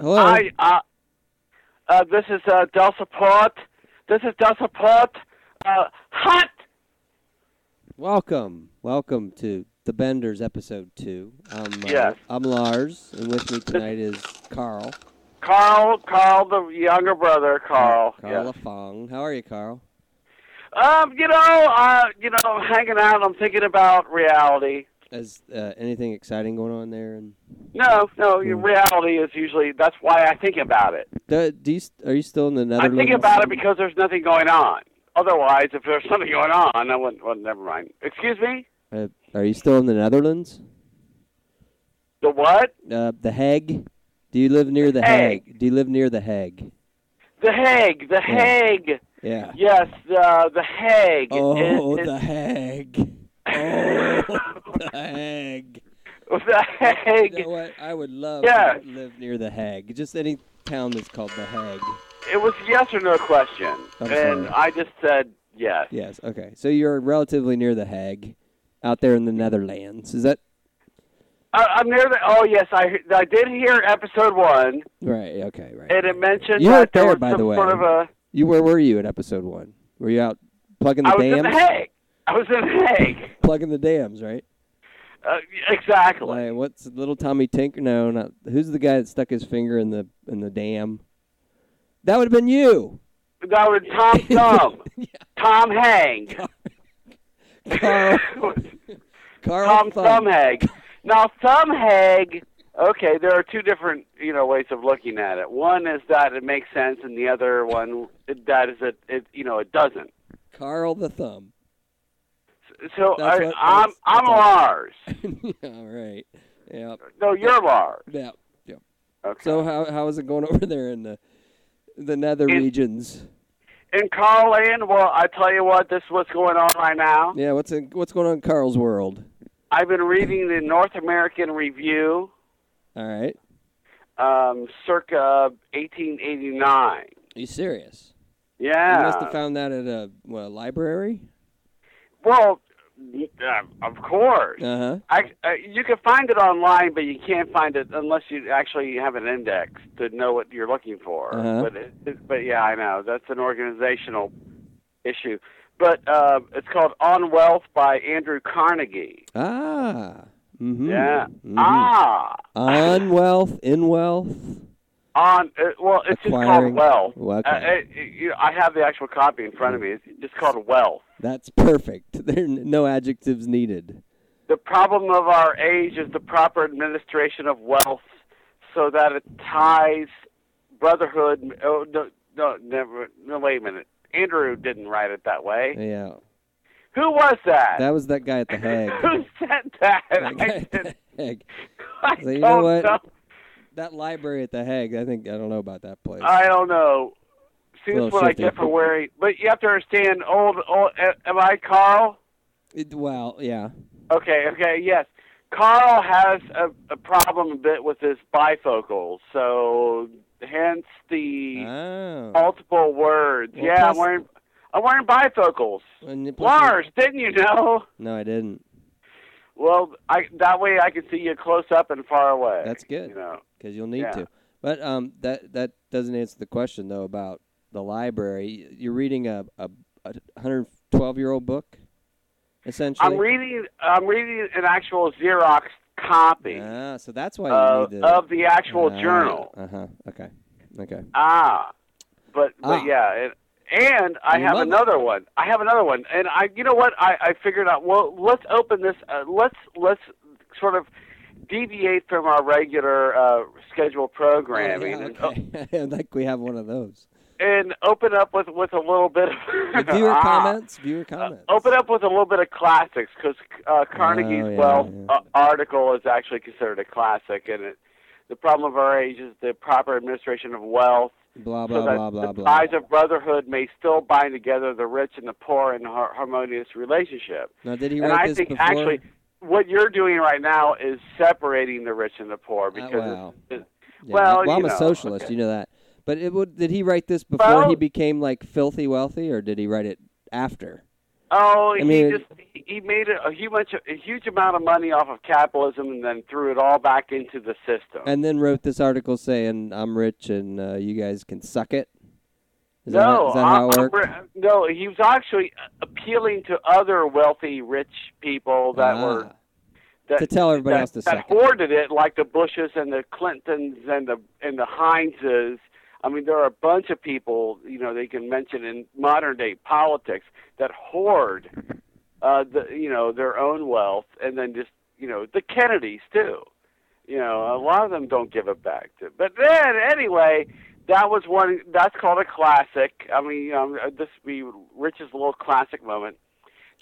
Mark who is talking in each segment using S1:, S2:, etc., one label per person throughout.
S1: Hello.
S2: Hi, Ah, uh, uh, this is uh, Del Support. This is Del Support. Uh, hot.
S1: Welcome, welcome to the Benders episode two. I'm uh,
S2: Yes.
S1: I'm Lars, and with me tonight is Carl.
S2: Carl, Carl, the younger brother, Carl.
S1: Carl
S2: yes.
S1: Lafong. How are you, Carl?
S2: Um, you know, uh, you know, I'm hanging out. I'm thinking about reality.
S1: Is uh, anything exciting going on there? And
S2: No, no, your reality is usually that's why I think about it.
S1: do, do you, st- are you still in the
S2: I
S1: Netherlands?
S2: think about it because there's nothing going on. Otherwise, if there's something going on, I wouldn't. Well, never mind. Excuse me.
S1: Uh, are you still in the Netherlands?
S2: The what?
S1: Uh, the Hague. Do you live near the
S2: Hague.
S1: Hague? Do you live near the Hague?
S2: The Hague. The Hague.
S1: Yeah.
S2: Yes, uh, the Hague.
S1: Oh,
S2: It- it-
S1: the Hague. Oh, the Hague.
S2: the Hague.
S1: You know what? I would love
S2: Yeah.
S1: to live near the Hague. Just any town that's called the Hague.
S2: It was yes or no question, and
S1: I'm sorry.
S2: I just said yes.
S1: Yes. Okay. So you're relatively near the Hague, out there in the Netherlands. Is that
S2: I, I'm near the. Oh yes, I I did hear episode one,
S1: right? Okay. Right.
S2: and it mentioned
S1: You
S2: that
S1: weren't
S2: there
S1: there,
S2: was
S1: by
S2: some
S1: the way.
S2: sort of a.
S1: You where were you at episode one? Were you out plugging the
S2: I was in
S1: dams?
S2: the Hague. I was in the Hague.
S1: Plugging the dams, right?
S2: Uh, exactly.
S1: Like, what's little Tommy Tinker? No, not who's the guy that stuck his finger in the in the dam? That would have been you,
S2: That was Tom Thumb. Tom Hang.
S1: Carl. Carl
S2: Tom
S1: Thumb.
S2: Thumb Hag. Now Thumb Hag. Okay, there are two different you know ways of looking at it. One is that it makes sense, and the other one that is it, it you know it doesn't.
S1: Carl the thumb.
S2: So
S1: That's
S2: I,
S1: what-
S2: I'm
S1: that's-
S2: I'm
S1: that's all.
S2: Lars.
S1: All right. Yep.
S2: No, you're Lars.
S1: Yep. Yep.
S2: Okay.
S1: So how how is it going over there in the the nether
S2: It-
S1: regions?
S2: in Carland, well, I tell you what, this is what's going on right now.
S1: Yeah. What's in, what's going on in Carl's world?
S2: I've been reading the North American Review,
S1: All right.
S2: um, circa 1889.
S1: Are you serious?
S2: Yeah.
S1: You must have found that at a what, a library.
S2: Well, uh, of course.
S1: Uh huh.
S2: I, uh, you can find it online, but you can't find it unless you actually have an index to know what you're looking for.
S1: Uh-huh.
S2: But it, it, but yeah, I know that's an organizational issue. But uh, it's called On Wealth by Andrew Carnegie.
S1: Ah. Mm-hmm.
S2: Yeah.
S1: hmm
S2: Ah.
S1: On wealth, in wealth.
S2: On uh, well, it's
S1: Acquiring-
S2: just called Wealth.
S1: Okay.
S2: Uh, it, it, you know, I have the actual copy in front of me. It's just called Wealth.
S1: That's perfect. There are n- no adjectives needed.
S2: The problem of our age is the proper administration of wealth so that it ties brotherhood. Oh, no, no, never. No, wait a minute. Andrew didn't write it that way.
S1: Yeah.
S2: Who was that?
S1: That was that guy at the Hague.
S2: Who said that?
S1: That guy
S2: I,
S1: at the
S2: did,
S1: Hague.
S2: I
S1: So you
S2: don't
S1: know
S2: know,
S1: what? That library at the Hague. I think I don't know about that place.
S2: I don't know. See,
S1: Little
S2: that's what I
S1: shifty.
S2: get for wearing. But you have to understand, old, old. Am I Carl?
S1: It- well, yeah.
S2: Okay, okay, yes. Carl has a, a problem a bit with his bifocals, so hence the
S1: Oh.
S2: multiple words.
S1: Well,
S2: yeah,
S1: plus-
S2: I'm wearing I'm wearing bifocals.
S1: And it-
S2: Lars, didn't you know?
S1: No, I didn't.
S2: Well, I that way I can see you close up and far away.
S1: That's good.
S2: You know.
S1: because you'll need
S2: Yeah.
S1: to. But um, that that doesn't answer the question though about the library. You're reading a a, a 112 year old book, essentially.
S2: I'm reading I'm reading an actual Xerox copy
S1: Ah, so that's why you
S2: of,
S1: need the
S2: of the Uh, actual journal.
S1: Uh huh. Okay. Okay.
S2: Ah, but but
S1: Ah.
S2: yeah, and, and I
S1: You
S2: have
S1: love it.
S2: another one. I have another one, and I you know what I I figured out. Well, let's open this. Uh, let's let's sort of deviate from our regular uh, scheduled
S1: Oh,
S2: programming
S1: yeah,
S2: and,
S1: okay. like we have one of those.
S2: and open up with with a little bit
S1: The
S2: of
S1: viewer
S2: Ah.
S1: comments. Viewer
S2: Uh,
S1: comments.
S2: open up with a little bit of classics because uh, Carnegie's
S1: Oh, yeah,
S2: Wealth
S1: yeah.
S2: Uh, article is actually considered a classic, and it, the problem of our age is the proper administration of wealth
S1: Blah
S2: so
S1: blah
S2: that
S1: blah blah
S2: the
S1: blah.
S2: ties of brotherhood may still bind together the rich and the poor in har- harmonious relationship.
S1: Now, did he
S2: and
S1: write
S2: I
S1: this
S2: think
S1: before?
S2: actually what you're doing right now is separating the rich and the poor because
S1: Oh, wow.
S2: it's- it's-
S1: Yeah,
S2: well,
S1: I'm
S2: you
S1: a
S2: know,
S1: socialist.
S2: okay.
S1: You know that. But it would, did he write this before he
S2: Well-
S1: became like filthy wealthy, or did he write it after?
S2: Oh, he
S1: mean-
S2: just he made a, a huge a huge amount of money off of capitalism and then threw it all back into the system.
S1: and then wrote this article saying I'm rich and uh, you guys can suck it. Is that, how-
S2: no,
S1: is that how it
S2: I- I'm
S1: worked?
S2: re- no, he was actually appealing to other wealthy, rich people that
S1: Ah.
S2: were that,
S1: to tell everybody
S2: that,
S1: else to
S2: that
S1: suck it.
S2: hoarded it, like the Bushes and the Clintons and the and the Hineses. I mean, there are a bunch of people you know they can mention in modern day politics that hoard, uh, the you know their own wealth, and then just you know the Kennedys too. You know, a lot of them don't give it back. To, but then anyway, that was one. That's called a classic. I mean, um, this would be Rich's little classic moment.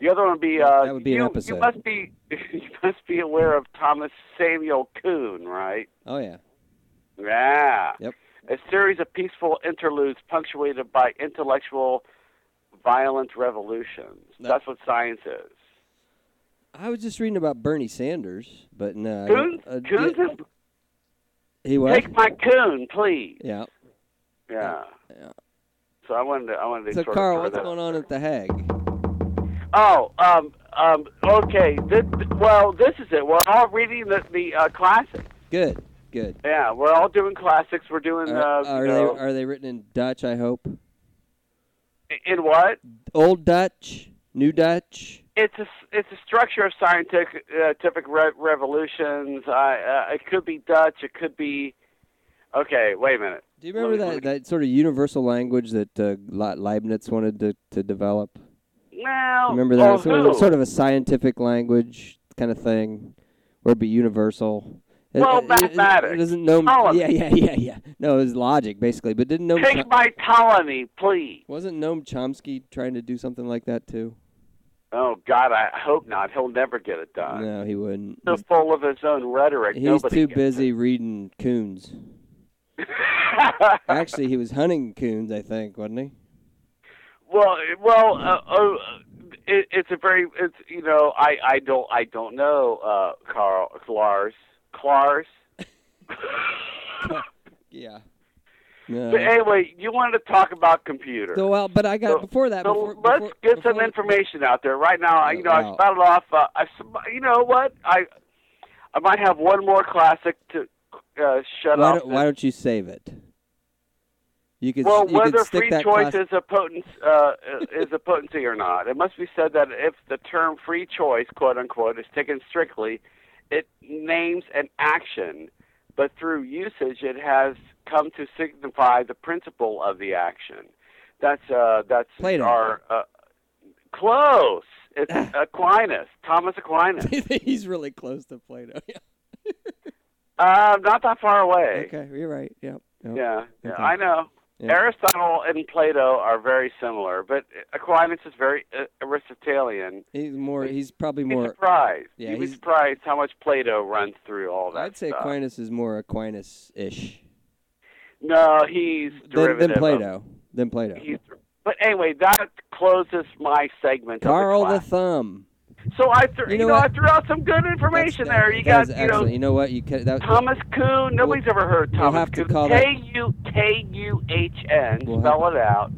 S2: The other one would be uh,
S1: That would be an
S2: you,
S1: episode.
S2: you must be you must be aware of Thomas Samuel Coon, right?
S1: Oh yeah,
S2: Yeah.
S1: Yep.
S2: A series of peaceful interludes punctuated by intellectual violent revolutions.
S1: No.
S2: That's what science is.
S1: I was just reading about Bernie Sanders, but no, I
S2: Coon,
S1: don't- uh, di-
S2: Coon's is-
S1: he was.
S2: take my coon, please.
S1: Yeah.
S2: Yeah.
S1: Yeah.
S2: So I wanted to, I wanted to
S1: So
S2: sort of
S1: Carl,
S2: throw
S1: what's
S2: that-
S1: going on at the Hague?
S2: Oh, um, um, okay. This, well, this is it. We're all reading the the uh, classics.
S1: Good, good.
S2: Yeah, we're all doing classics. We're doing
S1: Are,
S2: uh,
S1: are
S2: you
S1: they
S2: know,
S1: are they written in Dutch? I hope.
S2: in what?
S1: Old Dutch, New Dutch.
S2: It's a it's a structure of scientific uh, typic re- revolutions. I uh, it could be Dutch. It could be. Okay, wait a minute.
S1: Do you remember
S2: Let me-
S1: that, that sort of universal language that uh, Le- Leibniz wanted to, to develop?
S2: Well,
S1: Remember
S2: oh,
S1: that sort,
S2: who?
S1: of, sort of a scientific language kind of thing, where it'd be universal. It-
S2: Well,
S1: it- it- It,
S2: mathematics.
S1: doesn't know.
S2: All of
S1: Yeah, yeah, yeah, yeah. No, it was logic basically, but didn't Noam
S2: Take
S1: Cho-
S2: my colony, please.
S1: wasn't Noam Chomsky trying to do something like that too?
S2: Oh God, I hope not. He'll never get it done.
S1: no, he wouldn't.
S2: So
S1: He's-
S2: full of his own rhetoric.
S1: He's,
S2: Uh, Nobody
S1: too
S2: gets
S1: busy reading coons.
S2: it.
S1: Actually, he was hunting coons, I think, wasn't he?
S2: Well, well, uh, oh, uh, it, it's a very, it's you know, I, I don't, I don't know, uh, Carl, Lars, Lars.
S1: Yeah.
S2: but
S1: No.
S2: anyway, you wanted to talk about computers.
S1: Uh, So well, but I got
S2: So-
S1: before that.
S2: so
S1: before,
S2: let's
S1: before-
S2: get some
S1: before-
S2: information out there right now. I- You know, I
S1: Wow.
S2: spouted off. Uh, I, sp- you know what? I, I might have one more classic to uh, shut
S1: Why
S2: off.
S1: don't, why don't you save it? You could.
S2: Well,
S1: you could
S2: whether
S1: stick
S2: free
S1: that
S2: choice
S1: class-
S2: is a potent uh, is a potency or not, it must be said that if the term free choice, quote unquote, is taken strictly, it names an action, but through usage, it has come to signify the principle of the action. That's uh, that's
S1: Plato.
S2: our uh, close. It's Aquinas, Thomas Aquinas.
S1: He's really close to Plato. Yeah.
S2: Uh, not that far away.
S1: Okay, you're right. Yep. yep.
S2: Yeah, yeah,
S1: Okay.
S2: I know.
S1: Yeah.
S2: Aristotle and Plato are very similar, but Aquinas is very uh, Aristotelian.
S1: He's more. He's probably
S2: You'd be
S1: more.
S2: surprised.
S1: yeah,
S2: You'd be
S1: he's-
S2: surprised how much Plato runs through all that.
S1: I'd say
S2: stuff.
S1: Aquinas is more Aquinas-ish
S2: No, he's
S1: than,
S2: derivative.
S1: than
S2: of-
S1: Plato. Than Plato.
S2: he's, but anyway, that closes my segment.
S1: Carl
S2: of
S1: the
S2: the class.
S1: Thumb.
S2: so I threw,
S1: you
S2: you
S1: know
S2: know, I
S1: what?
S2: threw out some good information
S1: That's-
S2: there. You
S1: that was
S2: got, you know,
S1: excellent. You know what? You could, that,
S2: Thomas Kuhn. Nobody's ever heard
S1: we'll
S2: Thomas
S1: have to
S2: Kuhn.
S1: call that-
S2: K U K U H N.
S1: We'll have-
S2: Spell it out.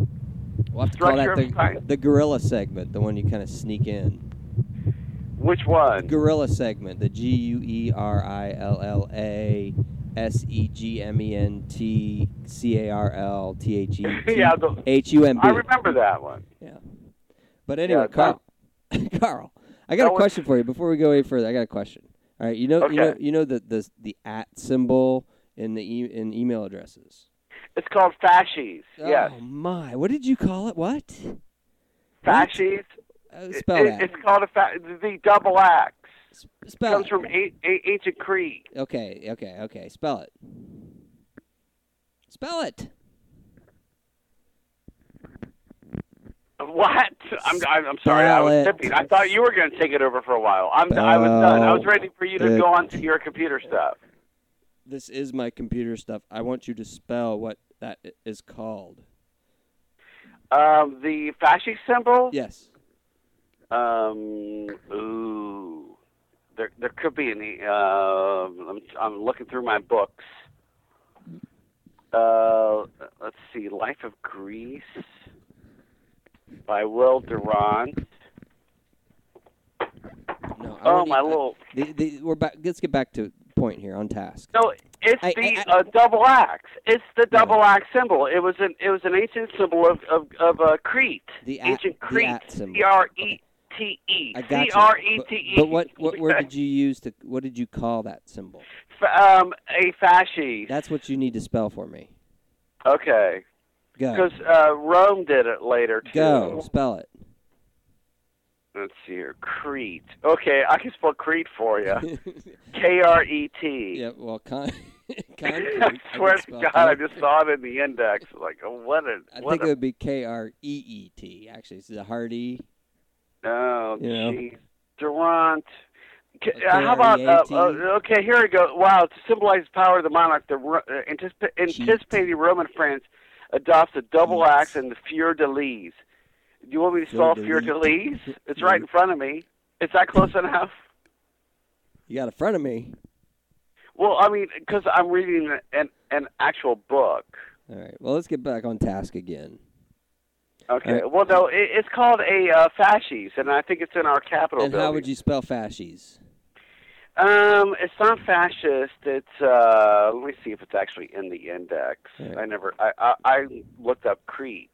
S1: we'll have to call that
S2: structure of
S1: the,
S2: science.
S1: the gorilla segment, the one you kind of sneak in.
S2: Which one?
S1: Gorilla segment, the G U E R I L L A S E G M E N T C A R L T H E T
S2: yeah, the,
S1: H U M
S2: I
S1: B.
S2: remember that one.
S1: But anyway,
S2: Yeah,
S1: Carl, Carl, I got
S2: that
S1: a
S2: was-
S1: question for you before we go any further. I got a question. All right, you know, you know,
S2: Okay.
S1: you know the the the at symbol in the e- in email addresses.
S2: It's called fascies. Yes,
S1: Oh my! What did you call it? What?
S2: fascies.
S1: Uh,
S2: It-
S1: spell
S2: it-
S1: that.
S2: It's called a fa- the double axe.
S1: S-
S2: It
S1: Spell
S2: comes
S1: it.
S2: from a- a- ancient Crete.
S1: Okay, okay, okay. Spell it. Spell it.
S2: What? I'm I'm, I'm sorry. I
S1: Spell
S2: was
S1: it.
S2: tipping. I thought you were going to take it over for a while. I'm I was done. I was
S1: Spell
S2: ready for you to
S1: it.
S2: go on to your computer stuff.
S1: this is my computer stuff. I want you to spell what that i- is called.
S2: Um, the fascist symbol.
S1: Yes.
S2: Um. Ooh. There there could be any. Um. I'm I'm looking through my books. Uh. Let's see. Life of Greece by Will Durant.
S1: I
S2: Oh,
S1: want
S2: my
S1: you,
S2: little-
S1: the, the, we're back. Let's get back to point here on task.
S2: No, it's
S1: I-
S2: the
S1: I- I-
S2: uh, double axe. It's the double axe symbol. It was an it was an ancient symbol of of, of uh, Crete.
S1: The a-
S2: ancient
S1: the
S2: Crete.
S1: at symbol.
S2: C R E T E.
S1: I got
S2: C
S1: you.
S2: R E
S1: But-
S2: T E.
S1: But what what word did you use to what did you call that symbol?
S2: Um, a fasci.
S1: That's what you need to spell for me.
S2: Okay,
S1: Go.
S2: because uh, Rome did it later too.
S1: Go. Spell it.
S2: Let's see here. Crete. Okay, I can spell Crete for you. K R E T.
S1: yeah. Well, con. concrete.
S2: I
S1: can
S2: swear to
S1: spell
S2: God, I
S1: concrete.
S2: just saw it in the index. Like, oh, what a
S1: I
S2: what
S1: think it
S2: a
S1: would be K R E E T. Actually, it's a hard E.
S2: Oh,
S1: You know?
S2: jeez. Durant. K-
S1: A
S2: uh, How about, uh,
S1: K-R-E-A-T?
S2: uh, okay, here we go. Wow, to symbolize the power of the monarch, the Ro- uh, anticipa- anticipating Roman France adopts the double
S1: Yeet.
S2: axe and the Fleur de Lis. Do you want me to spell Fleur
S1: Fleur de
S2: de
S1: Lis.
S2: Lis? It's right in front of me. Is that close enough?
S1: You got in front of me.
S2: Well, I mean, because I'm reading an, an actual book.
S1: All right. Well, let's get back on task again.
S2: Okay.
S1: All
S2: Well, no, it, it's called a uh, fasces, and I think it's in our capital.
S1: and how would you spell fascies?
S2: Um, it's not fascist. It's uh, let me see if it's actually in the index.
S1: Alright.
S2: I never. I, I I looked up Crete,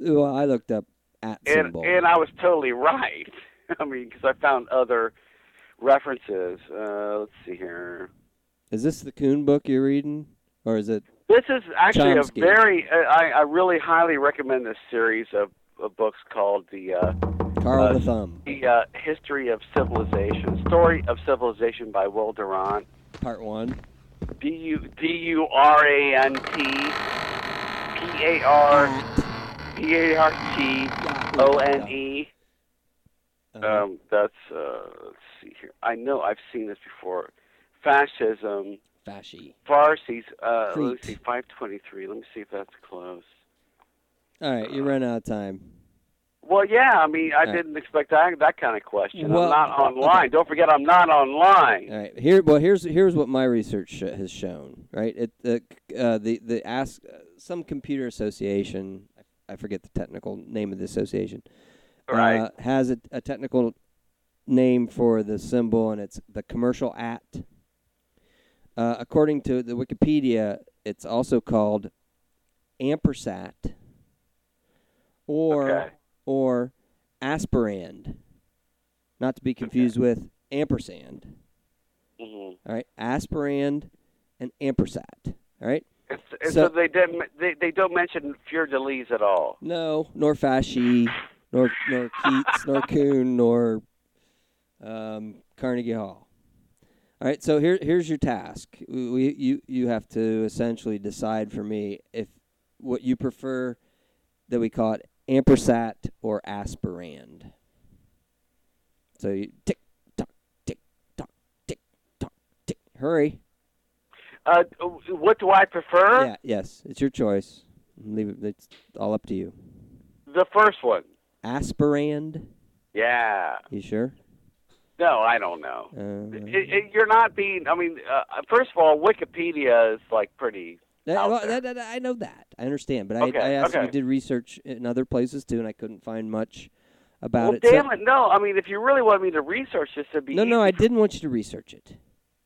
S1: Well, I looked up at
S2: and
S1: symbol.
S2: and I was totally right. I mean, because I found other references. Uh, let's see here.
S1: Is this the Coon book you're reading, or is it?
S2: This is actually
S1: Chomsky.
S2: a very. uh, I I really highly recommend this series of, of books called the uh,
S1: Carl
S2: Uh,
S1: the Thumb,
S2: the uh, History of Civilization, Story of Civilization by Will Durant.
S1: part one.
S2: D U D U R A N T P A R P A R T O N E.
S1: Uh,
S2: Um, that's uh, let's see here. I know I've seen this before. Fascism,
S1: fasci.
S2: Farsi's. Uh,
S1: Crete.
S2: let's see, five twenty-three. Let me see if that's close.
S1: All right, you ran out of time.
S2: Well, yeah. I mean, I
S1: All right.
S2: didn't expect that that kind of question.
S1: Well,
S2: I'm not online.
S1: okay.
S2: Don't forget, I'm not online.
S1: All right, here. Well, here's here's what my research sh- has shown. Right, it the uh, the the ask uh, some computer association. I forget the technical name of the association.
S2: Right.
S1: Uh, has a, a technical name for the symbol, and it's the commercial at. Uh, according to the Wikipedia, it's also called ampersat or
S2: Okay.
S1: or aspirand, not to be confused with ampersand.
S2: hmm
S1: All right, aspirand and ampersat. All right,
S2: And, s- and so,
S1: So-
S2: they didn't. They, they don't mention Fior de Lis at all.
S1: no, nor Fasci, nor nor Keats, nor Kuhn, nor um, Carnegie Hall. All right, so here here's your task. We, we you you have to essentially decide for me if what you prefer that we call it ampersat or aspirand. So you tick tock tick tock tick tock tick. Hurry.
S2: Uh, what do I prefer?
S1: Yeah, yes, it's your choice. Leave it. It's all up to you.
S2: The first one.
S1: Aspirand.
S2: Yeah.
S1: You sure?
S2: No, I don't know.
S1: Uh,
S2: It, it, you're not being. I mean, uh, first of all, Wikipedia is like pretty.
S1: that-
S2: out
S1: well,
S2: there.
S1: Uh, that- that- I know that. I understand, but
S2: oh, Okay,
S1: I, I actually
S2: okay.
S1: did research in other places too, and I couldn't find much about
S2: Well,
S1: it. so-
S2: damn it! No, I mean, if you really want me to research this, it'd be
S1: No, no, I
S2: easy.
S1: didn't want you to research it.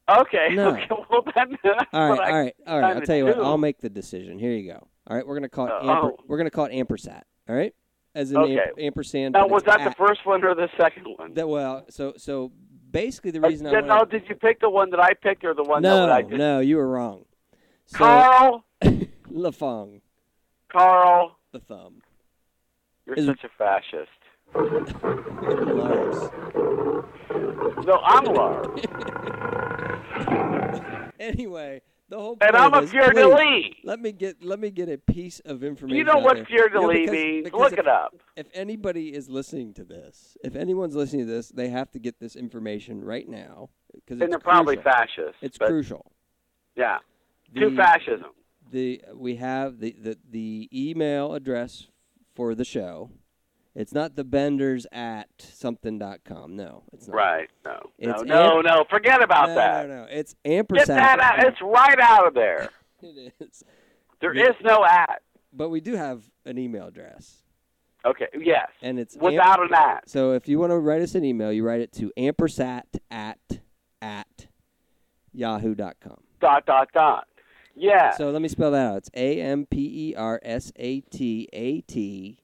S2: okay.
S1: no.
S2: Okay. Well, then. that's
S1: All
S2: what
S1: right,
S2: I-
S1: all right, all right. I'll
S2: kinda
S1: tell you what.
S2: do.
S1: I'll make the decision. Here you go. All right, we're gonna call it.
S2: Uh,
S1: amper,
S2: oh.
S1: We're gonna call it ampersat. All right, as in
S2: Okay.
S1: amp- ampersand.
S2: Now,
S1: but
S2: was
S1: it's
S2: that the
S1: at-
S2: first one or the second one?
S1: that- well, so so basically the reason I
S2: Uh, Then,
S1: wanted-
S2: no, did you pick the one that I picked or the one
S1: no,
S2: that I did?
S1: no, you were wrong. So
S2: Carl,
S1: Lafong,
S2: Carl,
S1: the thumb.
S2: you're
S1: Is-
S2: such a fascist.
S1: Lars.
S2: No, I'm Laura,
S1: Anyway, the whole point
S2: and I'm a
S1: is,
S2: Fior de
S1: please,
S2: Lis.
S1: Let me get let me get a piece of information.
S2: You know
S1: out
S2: what
S1: there.
S2: Fior de
S1: You know,
S2: Lis
S1: because-
S2: means?
S1: because
S2: Look
S1: if,
S2: it up.
S1: If anybody is listening to this, if anyone's listening to this, they have to get this information right now because
S2: and they're probably
S1: crucial.
S2: fascists.
S1: It's
S2: but,
S1: crucial.
S2: Yeah,
S1: The,
S2: to fascism.
S1: the we have the, the the email address for the show. It's not the benders at something dot com. No, it's not.
S2: Right. No.
S1: It's
S2: no. No.
S1: amp-
S2: no. Forget about
S1: no,
S2: that.
S1: No, no, it's
S2: Get
S1: ampersand.
S2: that out. It's right out of there.
S1: It is.
S2: There
S1: Yeah.
S2: is no at.
S1: But we do have an email address.
S2: Okay. Yes.
S1: and it's amp-
S2: Without an at.
S1: So if you want to write us an email, you write it to ampersat at at yahoo.com.
S2: Dot dot dot. Yeah.
S1: So let me spell that out. It's A M P E R S A T A T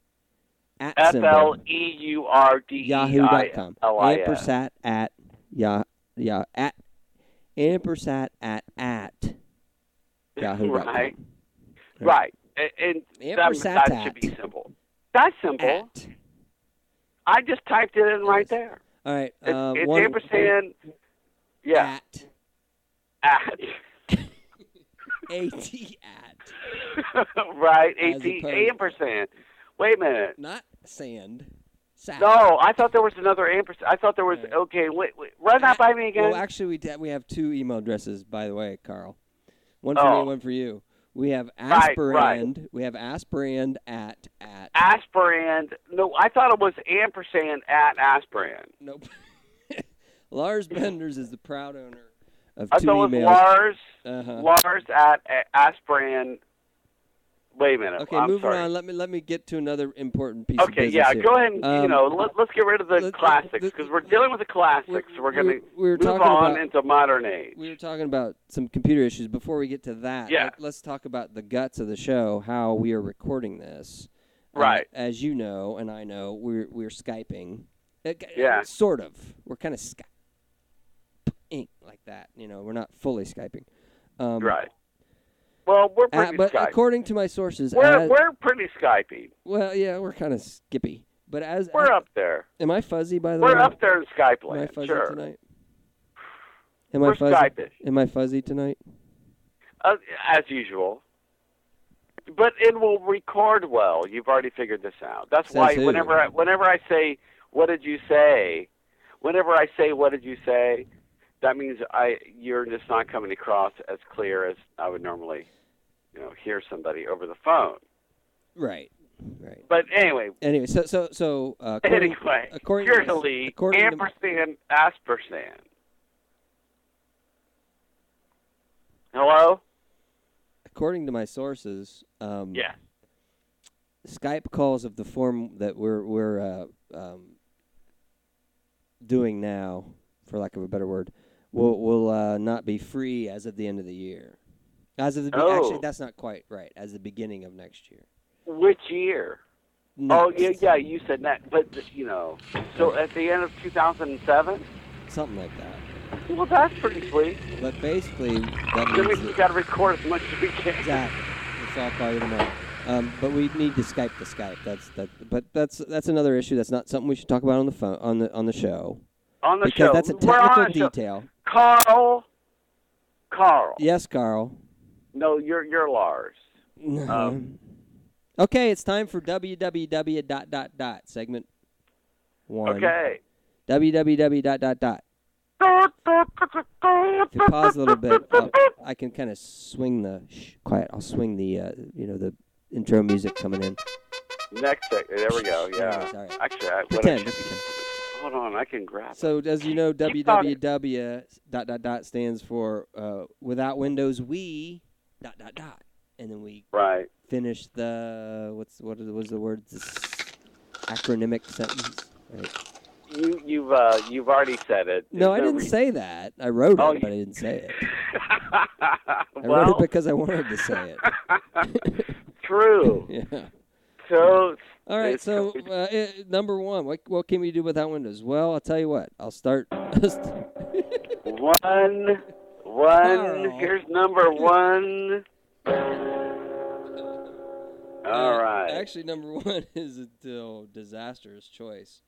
S1: at
S2: F L
S1: symbol
S2: E U R D E I
S1: yahoo.com.
S2: L I S.
S1: Ampersat at yah yah at ampersat at at yahoo.com.
S2: Right. Right. And, and that,
S1: Ampersat
S2: that should
S1: at.
S2: be simple. That's simple.
S1: At.
S2: I just typed it in right
S1: Yes.
S2: there.
S1: All right.
S2: It's,
S1: uh,
S2: it's
S1: one,
S2: ampersand. Yeah.
S1: At.
S2: At.
S1: A T at.
S2: right.
S1: As
S2: A T
S1: opposed-
S2: ampersand. Wait a minute.
S1: Not sand. Sat.
S2: No, I thought there was another ampersand. I thought there was.
S1: Right.
S2: Okay, wait, wait run that by me again.
S1: Well, actually, we da- we have two email addresses, by the way, Carl. One for me,
S2: Oh.
S1: and one for you. We have
S2: Right,
S1: aspirand.
S2: right.
S1: We have aspirand at at.
S2: aspirand. No, I thought it was ampersand at aspirand.
S1: Nope. Lars Benders is the proud owner of
S2: I
S1: two
S2: thought it was
S1: emails.
S2: Lars.
S1: Uh-huh.
S2: Lars at, at aspirand. Wait a minute.
S1: Okay,
S2: I'm
S1: moving
S2: sorry.
S1: on. Let me let me get to another important piece of
S2: Okay,
S1: business
S2: yeah,
S1: here.
S2: go ahead and you
S1: Um,
S2: know let, let's get rid of the
S1: let-
S2: classics
S1: let-
S2: because we're dealing with the classics.
S1: we
S2: We're going to
S1: we were
S2: move
S1: talking
S2: on
S1: about
S2: into modern age.
S1: we were talking about some computer issues. Before we get to that,
S2: Yeah.
S1: let, us talk about the guts of the show, how we are recording this. Uh,
S2: Right.
S1: as you know, and I know, we're we're skyping. Uh, g-
S2: Yeah.
S1: Sort of. We're kind of skyping like that. You know, we're not fully skyping. Um,
S2: right. Well, we're
S1: uh,
S2: pretty
S1: but uh,
S2: skypey.
S1: according to my sources,
S2: We're
S1: as-
S2: we're pretty skypey.
S1: well, yeah, we're kind of skippy. But as
S2: We're up there.
S1: am I fuzzy uh, by the way?
S2: We're up there in Skype
S1: Am I
S2: land.
S1: fuzzy
S2: Sure.
S1: tonight? Am
S2: we're
S1: I fuzzy?
S2: Skypish.
S1: Am I fuzzy tonight?
S2: Uh, as usual. But it will record well. You've already figured this out. That's
S1: Says
S2: why
S1: who?
S2: whenever I, whenever I say what did you say, whenever I say what did you say, that means I you're just not coming across as clear as I would normally, you know, hear somebody over the phone.
S1: Right. Right.
S2: But anyway,
S1: Anyway, so so so uh, according,
S2: anyway,
S1: according to-
S2: purely
S1: according to-
S2: ampersand aspersand. Hello?
S1: according to my sources, um,
S2: Yeah.
S1: Skype calls of the form that we're we're uh, um, doing now, for lack of a better word, will will uh, not be free as of the end of the year. As of the be- actually,
S2: Oh.
S1: that's not quite right. As the beginning of next year.
S2: Which year? Oh yeah, yeah. You said that, but you know, so at the end of 2007.
S1: something like that.
S2: Well, that's pretty sweet.
S1: But basically, that
S2: That
S1: means
S2: means we
S1: that-
S2: got to record as much as we can.
S1: Exactly. It's all call you tomorrow. Um, but we need to Skype the Skype. That's that. But that's that's another issue. That's not something we should talk about on the phone on the on the show
S2: On the
S1: because
S2: show.
S1: that's a
S2: We're on
S1: technical
S2: a show.
S1: detail.
S2: Carl. Carl.
S1: Yes, Carl.
S2: No, you're you're Lars. Um,
S1: okay, it's time for www dot dot dot segment one.
S2: Okay.
S1: www dot dot dot. If you pause a little bit, Oh. I'll, I can kind of swing the shh, quiet. I'll swing the uh, you know the intro music coming in.
S2: Next, sec- there we go. Yeah.
S1: Anyways, all right.
S2: Actually, I, what I
S1: Pretend.
S2: should
S1: just
S2: be-
S1: pretend.
S2: hold on, I can grab. it.
S1: So, as you know,
S2: Keep talking.
S1: www dot dot dot stands for uh, without Windows we dot dot dot, and then we
S2: Right.
S1: finish the what's what was the word this acronymic sentence. Right.
S2: You you've uh you've already said it.
S1: No, I
S2: There's
S1: didn't
S2: reason-
S1: say that. I wrote it,
S2: Oh,
S1: but I
S2: you-
S1: didn't say it. I
S2: well,
S1: wrote it because I wanted to say it.
S2: True.
S1: Yeah.
S2: So
S1: All right.
S2: It's
S1: So,
S2: code.
S1: uh, eh, number one, what what can we do without Windows? Well, I'll tell you what. I'll start.
S2: one, one.
S1: Carl.
S2: Here's number one. All
S1: Uh,
S2: right.
S1: Actually, number one is a oh, disastrous choice.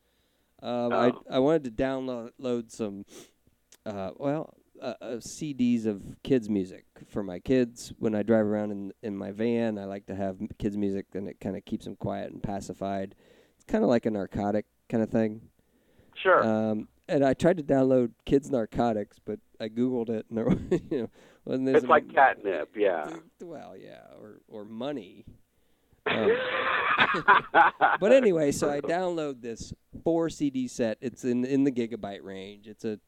S1: Um,
S2: Oh.
S1: I I wanted to download load some, uh, well, uh, uh, CDs of kids music for my kids when I drive around in in my van. I like to have m- kids music, and it kind of keeps them quiet and pacified. It's kind of like a narcotic kind of thing.
S2: sure.
S1: Um, and I tried to download kids narcotics, but I googled it, and there, wa- you know, wasn't
S2: it's like catnip. Yeah.
S1: Well, yeah, or or money. Um, Oh. but anyway, so I download this four CD set. It's in in the gigabyte range. It's a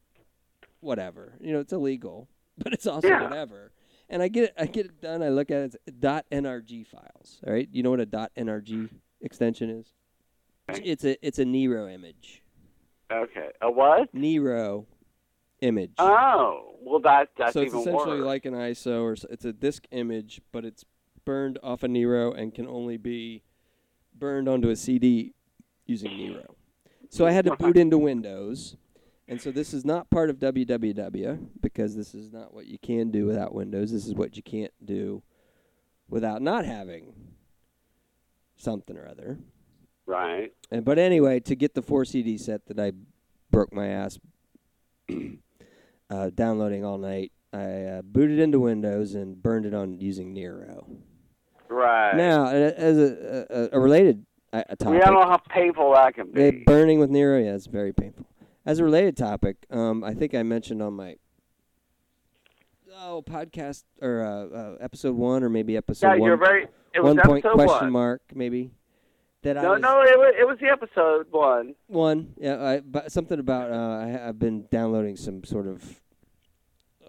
S1: whatever. You know, it's illegal, but it's also
S2: Yeah.
S1: whatever. And I get it, I get it done. I look at it. It's .nrg files. All right, you know what a .nrg extension is? It's a it's a Nero image.
S2: Okay. A what?
S1: Nero image.
S2: Oh, well, that that's
S1: so it's
S2: even
S1: essentially
S2: worse.
S1: like an ISO or s- it's a disk image, but it's burned off a Nero and can only be burned onto a CD using Nero. So I had to boot into Windows, and so this is not part of WWW because this is not what you can do without Windows. This is what you can't do without not having something or other.
S2: right.
S1: And but anyway, to get the four CD set that I broke my ass uh, downloading all night, I uh, booted into Windows and burned it on using Nero.
S2: Right.
S1: Now, a- as a, a, a related uh,
S2: we
S1: topic,
S2: don't know how painful that can
S1: yeah,
S2: be.
S1: burning with Nero, yeah, it's very painful. As a related topic, um, I think I mentioned on my oh podcast or uh, uh, episode one or maybe episode
S2: yeah,
S1: one,
S2: you're very. It was
S1: one point
S2: episode
S1: question
S2: one.
S1: mark maybe that I
S2: No,
S1: was,
S2: no, it was, it was the episode one.
S1: One, yeah, I, but something about uh, I, I've been downloading some sort of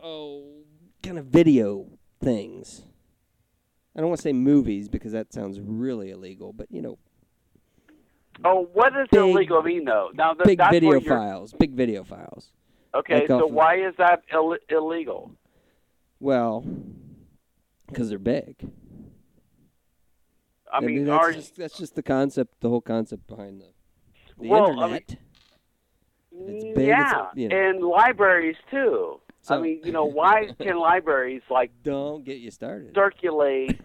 S1: oh kind of video things. I don't want to say movies because that sounds really illegal, but you know,
S2: Oh, what does
S1: Big-
S2: illegal mean though? Now th-
S1: big
S2: that's
S1: video
S2: where you're,
S1: files, big video files.
S2: Okay,
S1: like
S2: so
S1: off-
S2: why is that Ill- illegal?
S1: Well, because they're big.
S2: I mean,
S1: that's
S2: are you-
S1: just, that's just the concept, the whole concept behind the, the
S2: Well, I mean,
S1: internet. it's big, it's-
S2: yeah,
S1: you know.
S2: and libraries too. I
S1: So-
S2: mean, you know, why can libraries like
S1: don't get you started.
S2: circulate?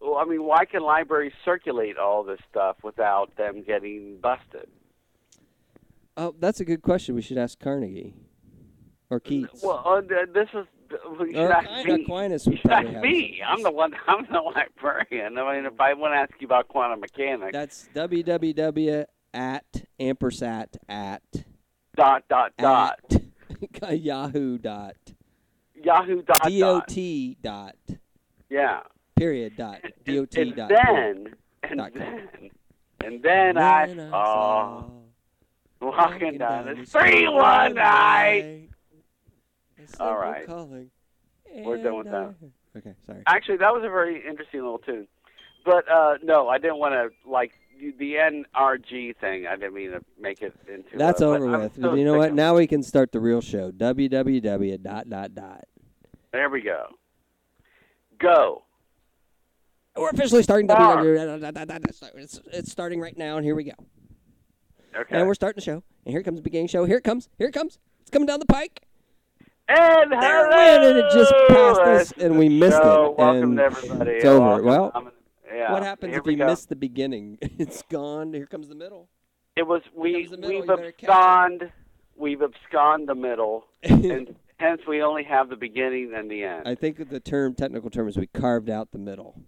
S2: well, I mean, why can libraries circulate all this stuff without them getting busted?
S1: Oh, that's a good question. We should ask Carnegie or Keats. Uh,
S2: Well, uh, th- this is you should
S1: Or
S2: ask
S1: Aquin-
S2: me.
S1: Aquinas
S2: You
S1: would
S2: should
S1: probably
S2: ask
S1: have
S2: me.
S1: some.
S2: I'm the one. I'm the librarian. I mean, if I want to ask you about quantum mechanics,
S1: That's www at ampersat at
S2: dot dot dot
S1: at yahoo dot
S2: yahoo dot dot.
S1: dot dot
S2: Yeah.
S1: period dot dot
S2: and
S1: dot period.
S2: then and
S1: dot com.
S2: then and then I saw walking down the street one night. All right.
S1: calling,
S2: We're done with
S1: and
S2: that.
S1: I- Okay, sorry.
S2: Actually, that was a very interesting little tune, but uh, no, I didn't want to like the NRG thing. I didn't mean to make it into.
S1: That's
S2: a, but
S1: over
S2: I'm
S1: with.
S2: so
S1: you know
S2: sick
S1: what?
S2: of-
S1: Now we can start the real show. www dot dot dot.
S2: there we go. Go.
S1: We're officially starting
S2: Are.
S1: www dot dot dot dot. It's, it's starting right now, and here we go.
S2: Okay.
S1: And we're starting the show. And here comes the beginning show. Here it comes. Here it comes. It's coming down the pike.
S2: And
S1: There
S2: hello!
S1: it went, and it just passed us,
S2: That's
S1: and we missed
S2: so
S1: it,
S2: Welcome
S1: and
S2: to everybody.
S1: it's over.
S2: Welcome.
S1: Well,
S2: I'm- yeah,
S1: what happens
S2: here
S1: if
S2: we
S1: we
S2: go.
S1: miss the beginning? It's gone. Here comes the middle.
S2: It was we
S1: comes the middle,
S2: we've
S1: you better catch
S2: abscond, we've abscond the middle, and hence we only have the beginning and the end.
S1: I think the term, technical term, is we carved out the middle.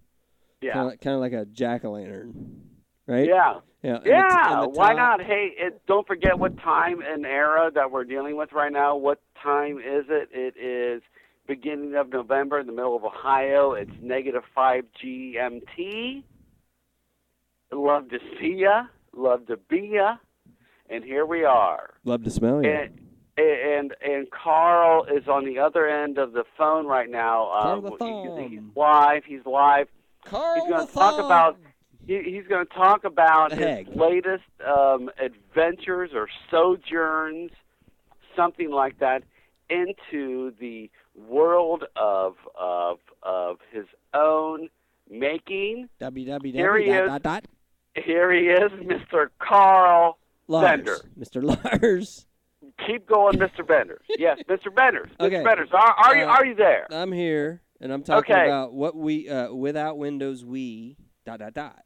S2: yeah,
S1: Kind of, kind of like a jack o' lantern, right?
S2: yeah,
S1: Yeah. and the t-
S2: yeah.
S1: and the
S2: Why
S1: top-
S2: not? Hey, it, don't forget what time and era that we're dealing with right now. What time is it? It is beginning of November in the middle of Ohio. It's negative five GMT. Love to see ya. Love to be ya. And here we are.
S1: Love to smell you.
S2: and and and Carl is on the other end of the phone right now.
S1: Carl the
S2: um,
S1: Thumb.
S2: he's, he's live. He's live.
S1: Carl
S2: He's going
S1: the
S2: to talk
S1: Thumb.
S2: about. He, he's going to talk about
S1: The
S2: his
S1: Hague.
S2: latest um, adventures or sojourns, something like that, into the world of of of his own making. Here he
S1: www
S2: is.
S1: dot dot dot.
S2: Here he is, Mr. Carl. Bender.
S1: Lars, Mr. Lars,
S2: Keep going, Mr. Bender. Yes, Mr. Benders.
S1: Okay.
S2: Mr. Benders, are, are you
S1: Uh,
S2: are you there?
S1: I'm here, and I'm talking
S2: Okay.
S1: about what we uh, without Windows we dot dot dot.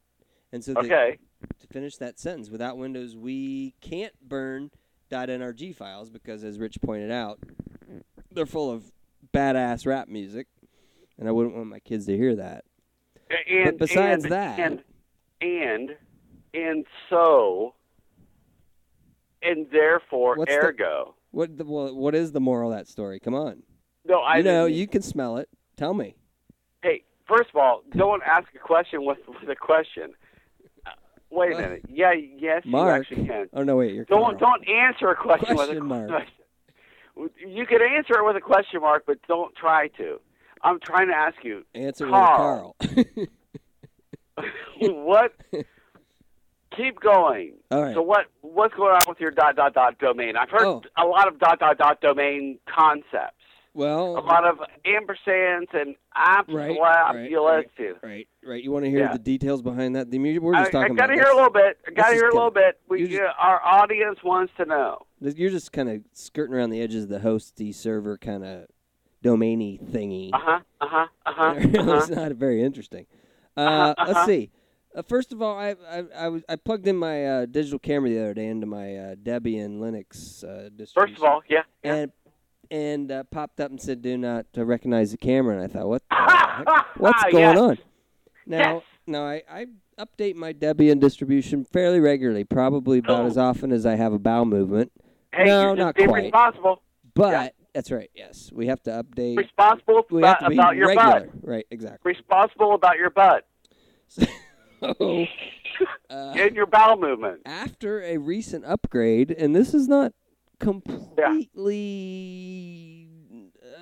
S1: And so the,
S2: Okay.
S1: to finish that sentence, without Windows, we can't burn .nrg files because, as Rich pointed out, they're full of badass rap music, and I wouldn't want my kids to hear that.
S2: And
S1: But besides
S2: and,
S1: that-
S2: and and and so and therefore
S1: What's the-
S2: ergo.
S1: What the, well, what is the moral of that story? Come on,
S2: no, I
S1: you know
S2: didn't-
S1: you can smell it. Tell me.
S2: Hey, first of all, don't ask a question with with a question. Uh, Wait a
S1: Uh,
S2: minute. Yeah, yes,
S1: Mark.
S2: you actually can.
S1: Oh no, wait, you're
S2: Don't
S1: Carl.
S2: don't answer a question, with a
S1: Question mark.
S2: question. You could answer it with a question mark, but don't try to. I'm trying to ask you.
S1: answer
S2: Carl.
S1: with a Carl.
S2: what keep going.
S1: All right.
S2: So what what's going on with your dot dot dot domain? I've heard
S1: Oh.
S2: a lot of dot dot dot domain concepts.
S1: well,
S2: A lot of ampersands and apps
S1: Uh-huh. Right, right, right, right. You want to hear
S2: Yeah.
S1: the details behind that? The music we're
S2: I,
S1: just talking
S2: I gotta
S1: about.
S2: hear a little bit. I gotta
S1: is
S2: hear a
S1: good.
S2: little bit. We,
S1: You just-
S2: uh, our audience wants to know.
S1: This- You're just kind of skirting around the edges of the hosty server kind of domainy thingy.
S2: Uh huh. Uh huh. Uh huh. Uh-huh.
S1: it's not very interesting. Uh,
S2: Uh-huh,
S1: Let's
S2: uh-huh.
S1: see. Uh, first of all, I I, I, was, I plugged in my uh, digital camera the other day into my uh, Debian Linux uh, distribution.
S2: First of all, yeah. yeah.
S1: and and uh, popped up and said, "Do not uh, recognize the camera." And I thought, "What? The heck? What's
S2: Ah, Yes.
S1: going on?" Now,
S2: Yes.
S1: now I, I update my Debian distribution fairly regularly, probably about
S2: Oh.
S1: as often as I have a bowel movement.
S2: Hey,
S1: No,
S2: you're just
S1: not
S2: being
S1: quite.
S2: responsible.
S1: But
S2: Yeah.
S1: that's right. Yes, we have to update.
S2: Responsible
S1: we
S2: about,
S1: have to be
S2: uh, about your
S1: regular.
S2: butt.
S1: Right. Exactly.
S2: Responsible about your butt
S1: So, Oh. uh,
S2: and your bowel movement.
S1: after a recent upgrade, and this is not completely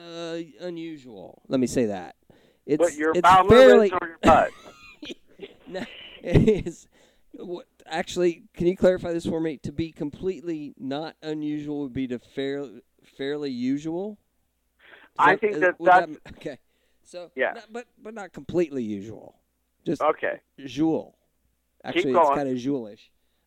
S1: uh, unusual. Let me say that. It's
S2: But your
S1: it's
S2: bowel
S1: fairly
S2: movements or your butt.
S1: No, it is what actually can you clarify this for me to be completely not unusual would be to fair, fairly usual Is
S2: I think
S1: is-
S2: that
S1: would that
S2: that's-
S1: m- okay so
S2: Yeah.
S1: not- but but not completely usual just
S2: Okay.
S1: jewel actually it's
S2: going.
S1: kind of jewelish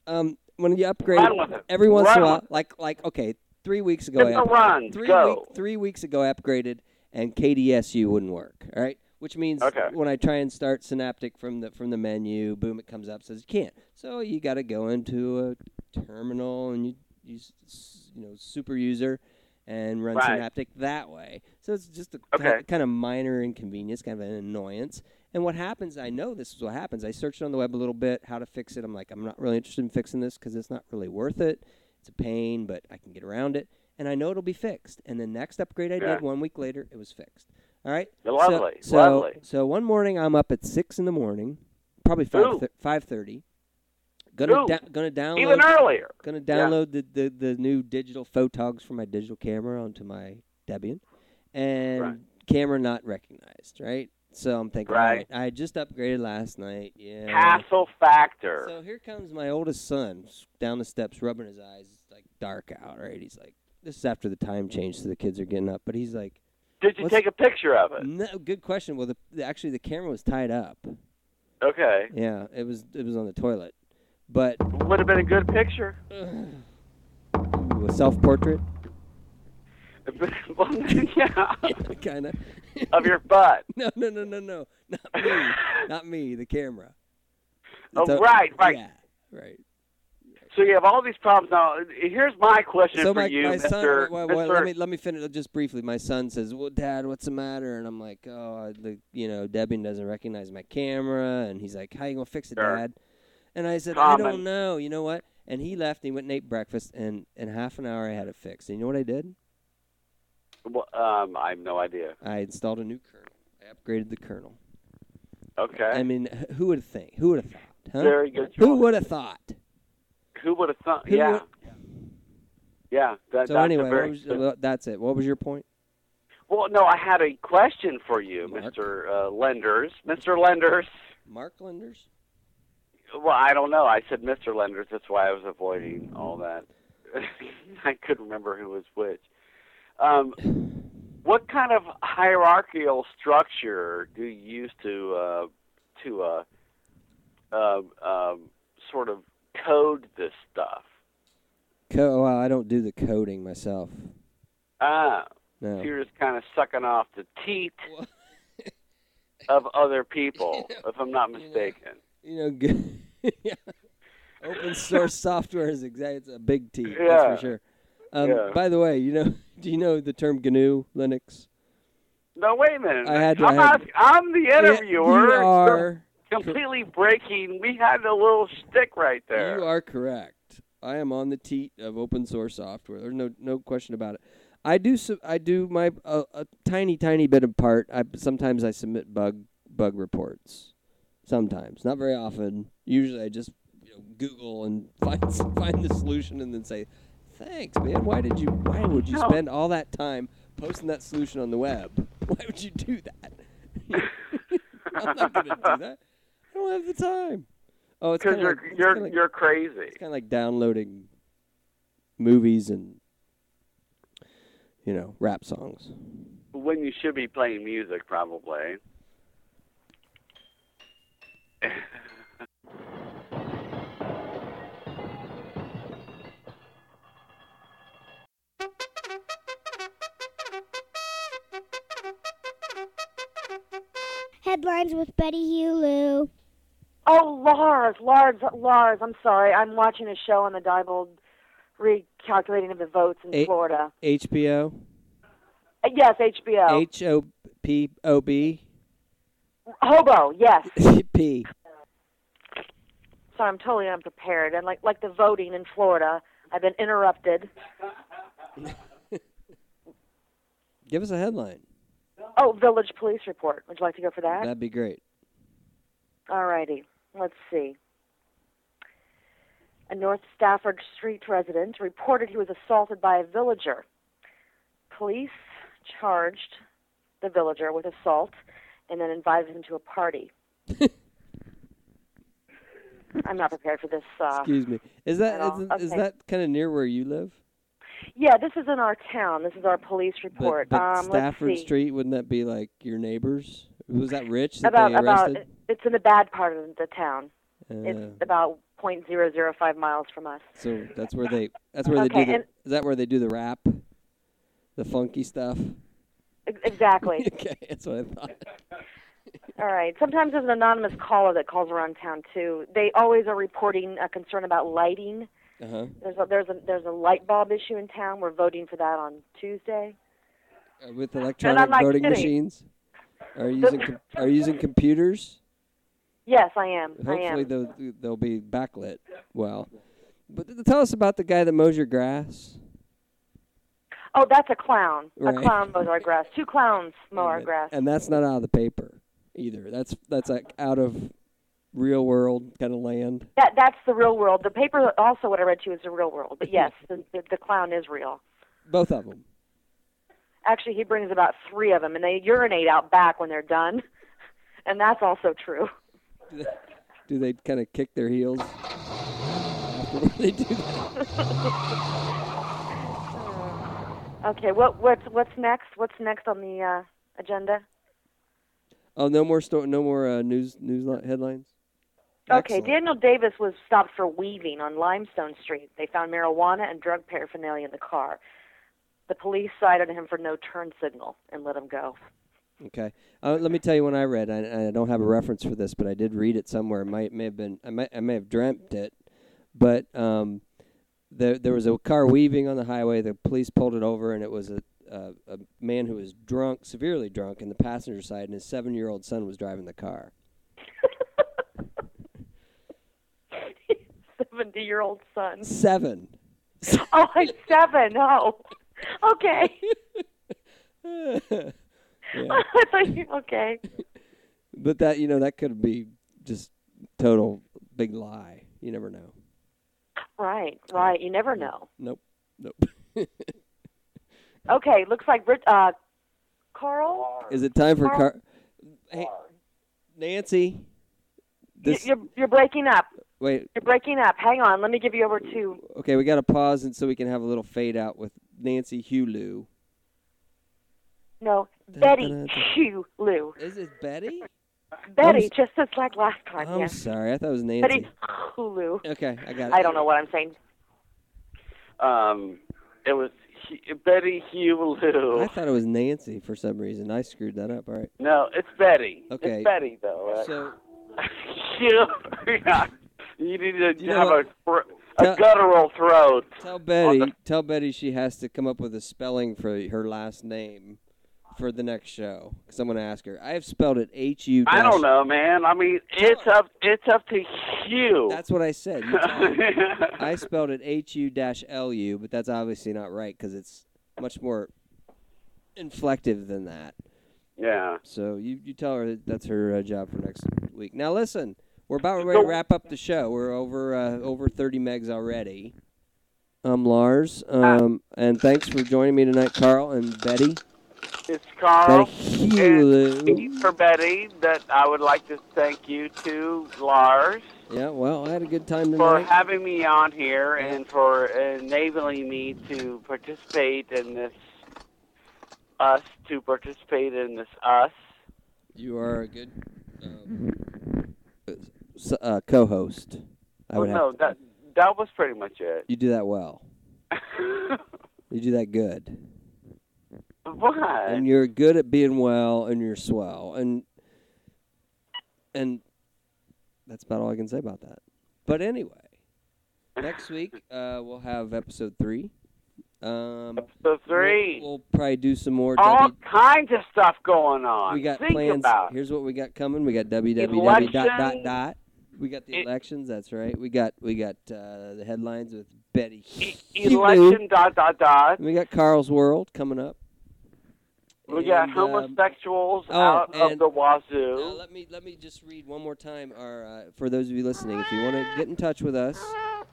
S1: um when you upgrade
S2: Run with it.
S1: every once in a
S2: Run
S1: while
S2: with
S1: like like okay three weeks ago
S2: It's
S1: I
S2: a run.
S1: three
S2: Go.
S1: week- three weeks ago I upgraded and KDSU wouldn't work. All right, which means
S2: Okay.
S1: when I try and start Synaptic from the from the menu, boom, it comes up says you can't. So you got to go into a terminal and you you s- s- you know super user and run
S2: Right.
S1: Synaptic that way. So it's just a
S2: Okay.
S1: ki- kind of minor inconvenience, kind of an annoyance. And what happens, I know this is what happens. I searched on the web a little bit how to fix it. I'm like, I'm not really interested in fixing this because it's not really worth it. It's a pain, but I can get around it. And I know it'll be fixed. And the next upgrade I
S2: Yeah.
S1: did one week later, it was fixed. All right. So-
S2: Lovely,
S1: So,
S2: lovely.
S1: So one morning, I'm up at six in the morning, probably
S2: Ooh.
S1: five five thirty. Gonna
S2: Ooh.
S1: da- gonna download
S2: Even earlier.
S1: Gonna
S2: Yeah.
S1: download the, the, the new digital photogs from my digital camera onto my Debian, and
S2: Right.
S1: camera not recognized. Right. So I'm thinking, all
S2: Right.
S1: right, I just upgraded last night. Yeah.
S2: Castle factor.
S1: So here comes my oldest son s- down the steps, rubbing his eyes. It's like dark out. Right. He's like, this is after the time change, so the kids are getting up. But he's like,
S2: Did you
S1: what's-
S2: take a picture of it?
S1: no, good question. Well, the, the actually the camera was tied up. Mm-hmm.
S2: Okay.
S1: Yeah, it was it was on the toilet, but
S2: Would have been a good picture.
S1: ooh, a self portrait,
S2: Well, yeah.
S1: kind of.
S2: Of your butt.
S1: No, no, no, no, no. Not me. Not me, the camera.
S2: Oh,
S1: So-
S2: right, right.
S1: Yeah, right.
S2: So you have all these problems now. Here's my question
S1: so
S2: for
S1: my,
S2: you,
S1: my
S2: Mr.
S1: son, wait, wait, wait,
S2: Mr.
S1: let me let me finish just briefly. My son says, "Well, Dad, what's the matter?" And I'm like, "Oh, the, you know, Debian doesn't recognize my camera." And he's like, "How you gonna fix it,
S2: Sure.
S1: Dad?" And I said, "I
S2: Common.
S1: don't know. You know what?" And he left. And he went and ate breakfast, and in half an hour I had it fixed. And you know what I did?
S2: Well, um, I have no idea.
S1: I installed a new kernel. I upgraded the kernel.
S2: Okay.
S1: I mean, h- who would have think? Who would have thought? Huh?
S2: Very good.
S1: Who
S2: choice.
S1: would have thought?
S2: Who would have thought?
S1: Who
S2: yeah.
S1: would-
S2: Yeah. That,
S1: so
S2: that's
S1: anyway,
S2: a
S1: what
S2: very
S1: was,
S2: good-
S1: well, that's it. What was your point?
S2: well, no, I had a question for you,
S1: Mark?
S2: Mr. Uh, Lenders. Mr. Lenders.
S1: Mark Lenders?
S2: Well, I don't know. I said Mr. Lenders. That's why I was avoiding all that. I couldn't remember who was which. Um, what kind of hierarchical structure do you use to uh, to uh, um um, sort of code this stuff?
S1: Co- well, I don't do the coding myself.
S2: Ah, so
S1: No.
S2: you're just kind of sucking off the teat of other people, if I'm not
S1: know.
S2: mistaken.
S1: You know, good. yeah. open source software is exactly it's a big T.
S2: Yeah.
S1: That's for sure. Um,
S2: Yeah.
S1: By the way, you know, do you know the term GNU Linux?
S2: No, wait a minute.
S1: I had-
S2: I'm,
S1: I had-
S2: ask- I'm the
S1: Yeah,
S2: interviewer.
S1: you are.
S2: completely breaking. We had a little stick right there.
S1: You are correct. I am on the teat of open source software. There's no no question about it. I do su- I do my a a tiny tiny bit of part. I sometimes I submit bug bug reports. Sometimes, not very often. Usually, I just you know, Google and find s- find the solution and then say, "Thanks, man. Why did you? Why would you
S2: No.
S1: spend all that time posting that solution on the web? Why would you do that? I'm not gonna do that. I don't have the time." Oh, it's
S2: because
S1: kind
S2: you're
S1: of like, it's
S2: you're
S1: kinda like-
S2: you're crazy.
S1: it's kind of like downloading movies and you know rap songs.
S2: When you should be playing music, probably.
S3: Headlines with Betty Hulu.
S4: Oh, Lars, Lars, Lars. I'm sorry. I'm watching a show on the Diebold recalculating of the votes in
S1: Eh.
S4: Florida.
S1: HBO,
S4: Uh, Yes, HBO.
S1: H O P O B
S4: Hobo. Yes.
S1: P.
S4: Sorry, I'm totally unprepared. And like like the voting in Florida, I've been interrupted.
S1: Give us a headline.
S4: Oh, Village Police Report. Would you like to go for that?
S1: That'd be great.
S4: All righty. Let's see. A North Stafford Street resident reported he was assaulted by a villager. Police charged the villager with assault and then invited him to a party. I'm not prepared for this. Uh,
S1: Excuse me. Is that
S4: at all.
S1: isn't- is
S4: Okay.
S1: that kind of near where you live?
S4: yeah, this is in our town. This is our police
S1: But,
S4: report.
S1: but
S4: um,
S1: Stafford
S4: let's see.
S1: Street wouldn't that be like your neighbors? Was that rich that
S4: About
S1: they
S4: about
S1: arrested?
S4: it's in the bad part of the town.
S1: Uh,
S4: It's about point zero zero five miles from us.
S1: So that's where they. That's where they do.
S4: Okay,
S1: The,
S4: and-
S1: is that where they do the rap, the funky stuff?
S4: Ex- Exactly.
S1: okay, that's what I thought.
S4: All right. Sometimes there's an anonymous caller that calls around town too. They always are reporting a concern about lighting.
S1: Uh huh.
S4: There's a there's a there's a light bulb issue in town. We're voting for that on Tuesday.
S1: Uh, With electronic
S4: not
S1: voting
S4: kidding.
S1: machines, are you using com- are you using computers?
S4: Yes, I am. I
S1: Hopefully
S4: am.
S1: they'll they'll be backlit well. But th- tell us about the guy that mows your grass.
S4: oh, that's a clown.
S1: Right.
S4: A clown mows our grass. Two clowns mow our
S1: and,
S4: grass.
S1: and that's not out of the paper either. That's that's like out of real world kind of land.
S4: That that's the real world. The paper also what I read to you is the real world. But yes, the, the, the clown is real.
S1: Both of them.
S4: Actually, he brings about three of them, and they urinate out back when they're done, and that's also true.
S1: Do they kind of kick their heels after they do that?
S4: Okay. What what's what's next? What's next on the uh, agenda?
S1: Oh, no more sto- no more uh, news news li- headlines.
S4: Okay,
S1: Excellent.
S4: Daniel Davis was stopped for weaving on Limestone Street. They found marijuana and drug paraphernalia in the car. The police cited him for no turn signal and let him go.
S1: Okay. Uh, let me tell you when I read. I, I don't have a reference for this, but I did read it somewhere. It might may have been. I might. I may have dreamt it. But um, there there was a car weaving on the highway. The police pulled it over, and it was a a, a man who was drunk, severely drunk, in the passenger side, and his seven year old son was driving the car.
S4: 70 year old son.
S1: Seven.
S4: Oh, I'm seven. Oh, okay.
S1: yeah.
S4: I thought you- okay.
S1: But that you know that could be just total big lie. You never know.
S4: Right, right. You never know.
S1: Nope. Nope.
S4: Okay, looks like Brit- uh, Carl.
S1: Is it time for
S4: Carl?
S1: car? Hey, Nancy.
S4: Y-
S1: This
S4: You're, you're breaking up.
S1: wait.
S4: You're breaking up. Hang on. Let me give you over to
S1: Okay, we got to pause and so we can have a little fade out with Nancy Hulu.
S4: No,
S1: Dun,
S4: Betty
S1: dun, dun.
S4: Hugh Lou.
S1: Is it Betty?
S4: Betty,
S1: s-
S4: just as like last time.
S1: I'm
S4: yeah.
S1: sorry. I thought it was
S4: Betty
S1: Nancy.
S4: Hulu.
S1: Okay, I got it.
S4: I don't know what I'm saying.
S2: Um, it was Hu- Betty Hewlett.
S1: I thought it was Nancy for some reason. I screwed that up. All right.
S2: No, it's Betty.
S1: Okay.
S2: It's Betty though. right?
S1: So
S2: you, yeah, you need to
S1: You know
S2: have
S1: what?
S2: a thro- a
S1: Tell-
S2: guttural throat.
S1: tell Betty, tell Betty she has to come up with a spelling for her last name for the next show. Cause I'm gonna ask her. I have spelled it H U.
S2: I don't know, man. I mean, it's up it's up to you.
S1: That's what I said. You I spelled it H U dash L U, but that's obviously not right because it's much more inflective than that.
S2: yeah.
S1: So you, you tell her that that's her uh, job for next week. Now listen, we're about ready to wrap up the show. We're over uh, over thirty megs already.
S2: Ah.
S1: I'm Lars, um, and thanks for joining me tonight, Carl and Betty.
S2: It's Carl.
S1: Thank you,
S2: and
S1: Lou.
S2: for Betty, that I would like to thank you to Lars
S1: Yeah, well, I had a good time
S2: for
S1: tonight.
S2: having me on here and for enabling me to participate in this us to participate in this us.
S1: you are a good um, s- uh, co-host. I
S2: well,
S1: would have
S2: Oh, no,
S1: to-
S2: that that was pretty much it.
S1: you do that well. You do that good.
S2: what?
S1: and you're good at being well and you're swell and and that's about all i can say about that but anyway next week uh, we'll have episode three um
S2: Episode three.
S1: will probably do some more
S2: All
S1: w-
S2: kinds of stuff going on.
S1: we got
S2: Think
S1: plans
S2: about it.
S1: here's what we got coming we got www dot dot
S2: Elections.
S1: dot we got the
S2: E-
S1: elections that's right we got we got uh, the headlines with betty
S2: E-
S1: Hugh.
S2: election dot dot dot.
S1: And we got carl's world coming up
S2: We got
S1: And, um,
S2: homosexuals
S1: oh,
S2: out of
S1: and-
S2: the
S1: Now,
S2: wazoo.
S1: let me let me just read one more time. Our uh, for those of you listening, if you want to get in touch with us,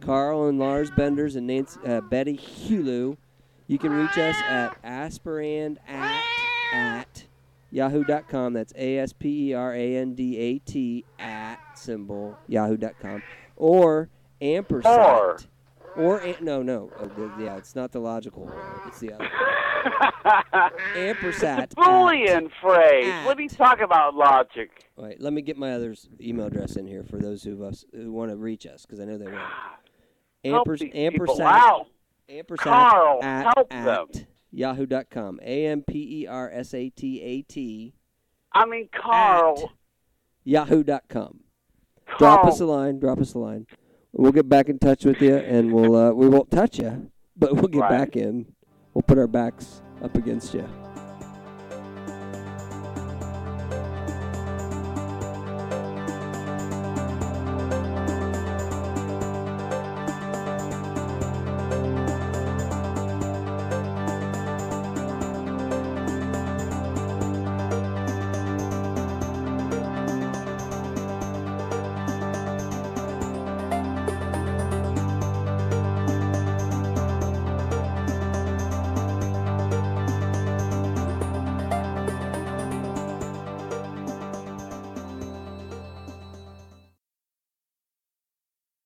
S1: Carl and Lars Benders and Nancy, uh, Betty Hulu, you can reach us at aspirand at at yahoo.com. That's a s p e r a n d a t at symbol yahoo.com or ampersand
S2: Or.
S1: or an- no no oh, good, yeah it's not the logical order, it's the other ampersand
S2: It's a Boolean phrase.
S1: uh, At.
S2: What are you talking about, logic?
S1: All right, let me get my other's email address in here for those of us who want to reach us because I know they will.
S2: Help
S1: Ampers,
S2: these people
S1: ampersand,
S2: out.
S1: ampersand
S2: Carl,
S1: at,
S2: help
S1: at
S2: them.
S1: yahoo.com. A M P E R S A T A T
S2: I mean, Carl.
S1: yahoo.com.
S2: Carl.
S1: Drop us a line. Drop us a line. We'll get back in touch with you, and we'll uh, we won't touch you, but we'll get
S2: Right.
S1: back in. We'll put our backs up against you.